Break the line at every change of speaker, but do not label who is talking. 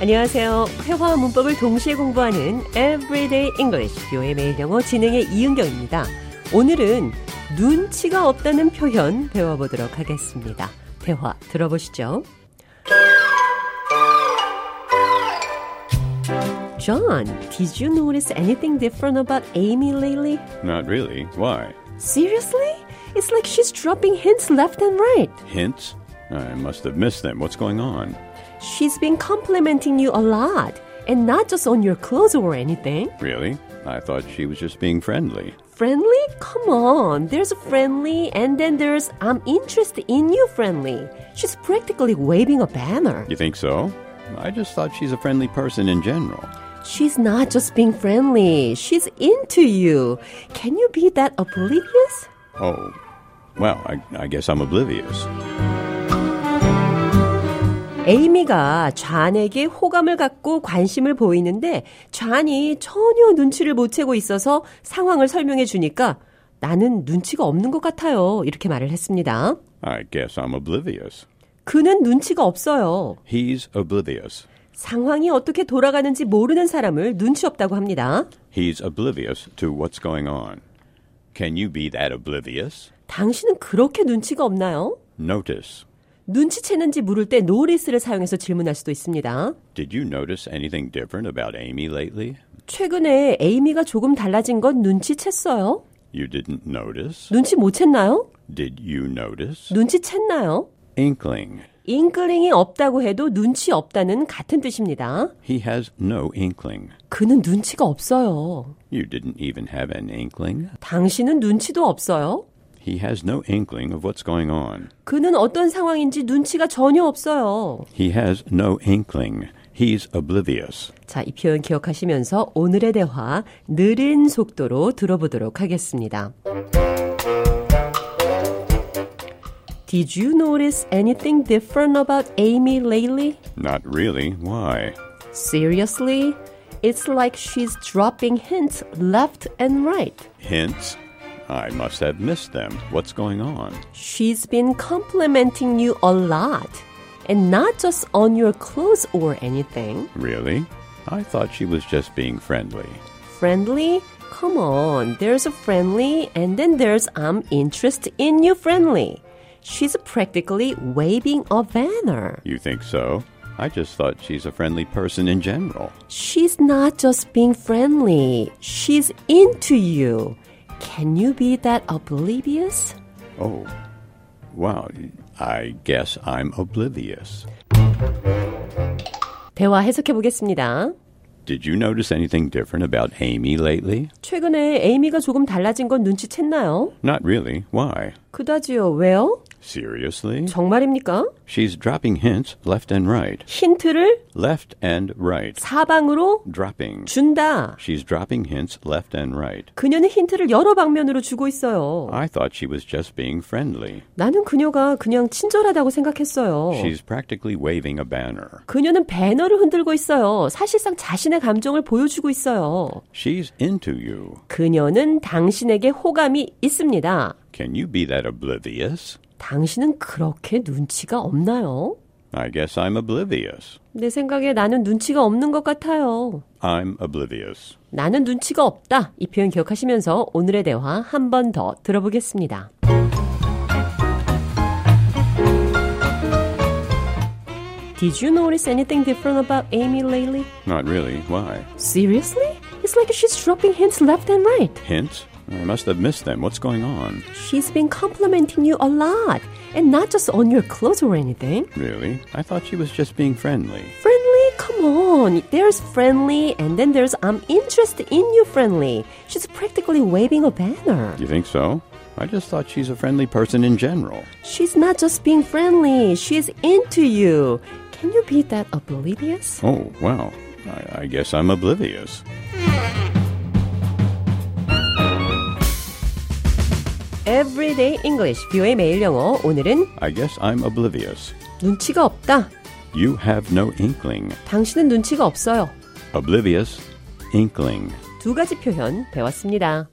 안녕하세요. 회화와 문법을 동시에 공부하는 Everyday English 뷰의 매일 영어 진행의 이은경입니다. 오늘은 눈치가 없다는 표현 배워보도록 하겠습니다. 대화 들어보시죠. John, did you notice anything different about Amy lately?
Not really. Why?
Seriously? It's like she's dropping hints left and right.
Hints? I must have missed them. What's going on?
She's been complimenting you a lot, and not just on your clothes or anything.
Really? I thought she was just being friendly.
Friendly? Come on. There's friendly, and then there's I'm interested in you friendly. She's practically waving a banner.
You think so? I just thought she's a friendly person in general.
She's not just being friendly, she's into you. Can you be that oblivious?
Oh, well, I, I guess I'm oblivious.
에이미가 좌에게 호감을 갖고 관심을 보이는데 좌이 전혀 눈치를 못 채고 있어서 상황을 설명해 주니까 나는 눈치가 없는 것 같아요. 이렇게 말을 했습니다.
I guess I'm oblivious.
그는 눈치가 없어요.
He's oblivious.
상황이 어떻게 돌아가는지 모르는 사람을 눈치 없다고 합니다.
He's oblivious to what's going on. Can you be that oblivious?
당신은 그렇게 눈치가 없나요?
Notice.
눈치채는지 물을 때 노리스를 사용해서 질문할 수도 있습니다.
Did you notice anything different about Amy lately?
최근에 에이미가 조금 달라진 건 눈치챘어요?
You didn't notice?
눈치 못 챘나요?
Did you notice?
눈치챘나요?
Inkling.
잉글링이 없다고 해도 눈치 없다는 같은 뜻입니다.
He has no inkling.
그는 눈치가 없어요.
You didn't even have an inkling?
당신은 눈치도 없어요?
He has no inkling of what's going on.
그는 어떤 상황인지 눈치가 전혀 없어요.
He has no inkling. He's oblivious.
자, 이 표현 기억하시면서 오늘의 대화 느린 속도로 들어보도록 하겠습니다. Did you notice anything different about Amy lately?
Not really. Why?
Seriously? It's like she's dropping hints left and right.
Hints? I must have missed them. What's going on?
She's been complimenting you a lot. And not just on your clothes or anything.
Really? I thought she was just being friendly.
friendly? Come on, there's a friendly, and then there's I'm interested in you friendly. She's practically waving a banner.
You think so? I just thought she's a friendly person in general.
She's not just being friendly, she's into you. Can you be that oblivious?
Oh, wow. I guess I'm oblivious.
대화 해석해 보겠습니다.
Did you notice anything different about Amy lately?
최근에 에이미가 조금 달라진 건 눈치챘나요?
Not really. Why?
그다지요. 왜요?
Seriously?
정말입니까?
She's dropping hints left and right.
힌트를
Left and right.
사방으로
Dropping.
준다.
She's dropping hints left and right.
그녀는 힌트를 여러 방면으로 주고 있어요.
I thought she was just being friendly.
나는 그녀가 그냥 친절하다고 생각했어요.
She's practically waving a banner.
그녀는 배너를 흔들고 있어요. 사실상 자신의 감정을 보여주고 있어요.
She's into you.
그녀는 당신에게 호감이 있습니다.
Can you be that oblivious?
당신은 그렇게 눈치가 없나요?
I guess I'm oblivious.
내 생각에 나는 눈치가 없는 것 같아요.
I'm oblivious.
나는 눈치가 없다. 이 표현 기억하시면서 오늘의 대화 한 번 더 들어보겠습니다. Did you notice anything different about Amy lately?
Not really. Why?
Seriously? It's like she's dropping hints left and right.
Hints? I must have missed them. What's going on?
She's been complimenting you a lot, and not just on your clothes or anything.
Really? I thought she was just being friendly.
Friendly? Come on. There's friendly, and then there's I'm interested in you friendly. She's practically waving a banner.
You think so? I just thought she's a friendly person in general.
She's not just being friendly, she's into you. Can you be that oblivious?
Oh, wow. I, I guess I'm oblivious.
Everyday English, 뷰의 매일 영어. 오늘은
I guess I'm oblivious.
눈치가 없다.
You have no inkling.
당신은 눈치가 없어요.
Oblivious, inkling.
두 가지 표현 배웠습니다.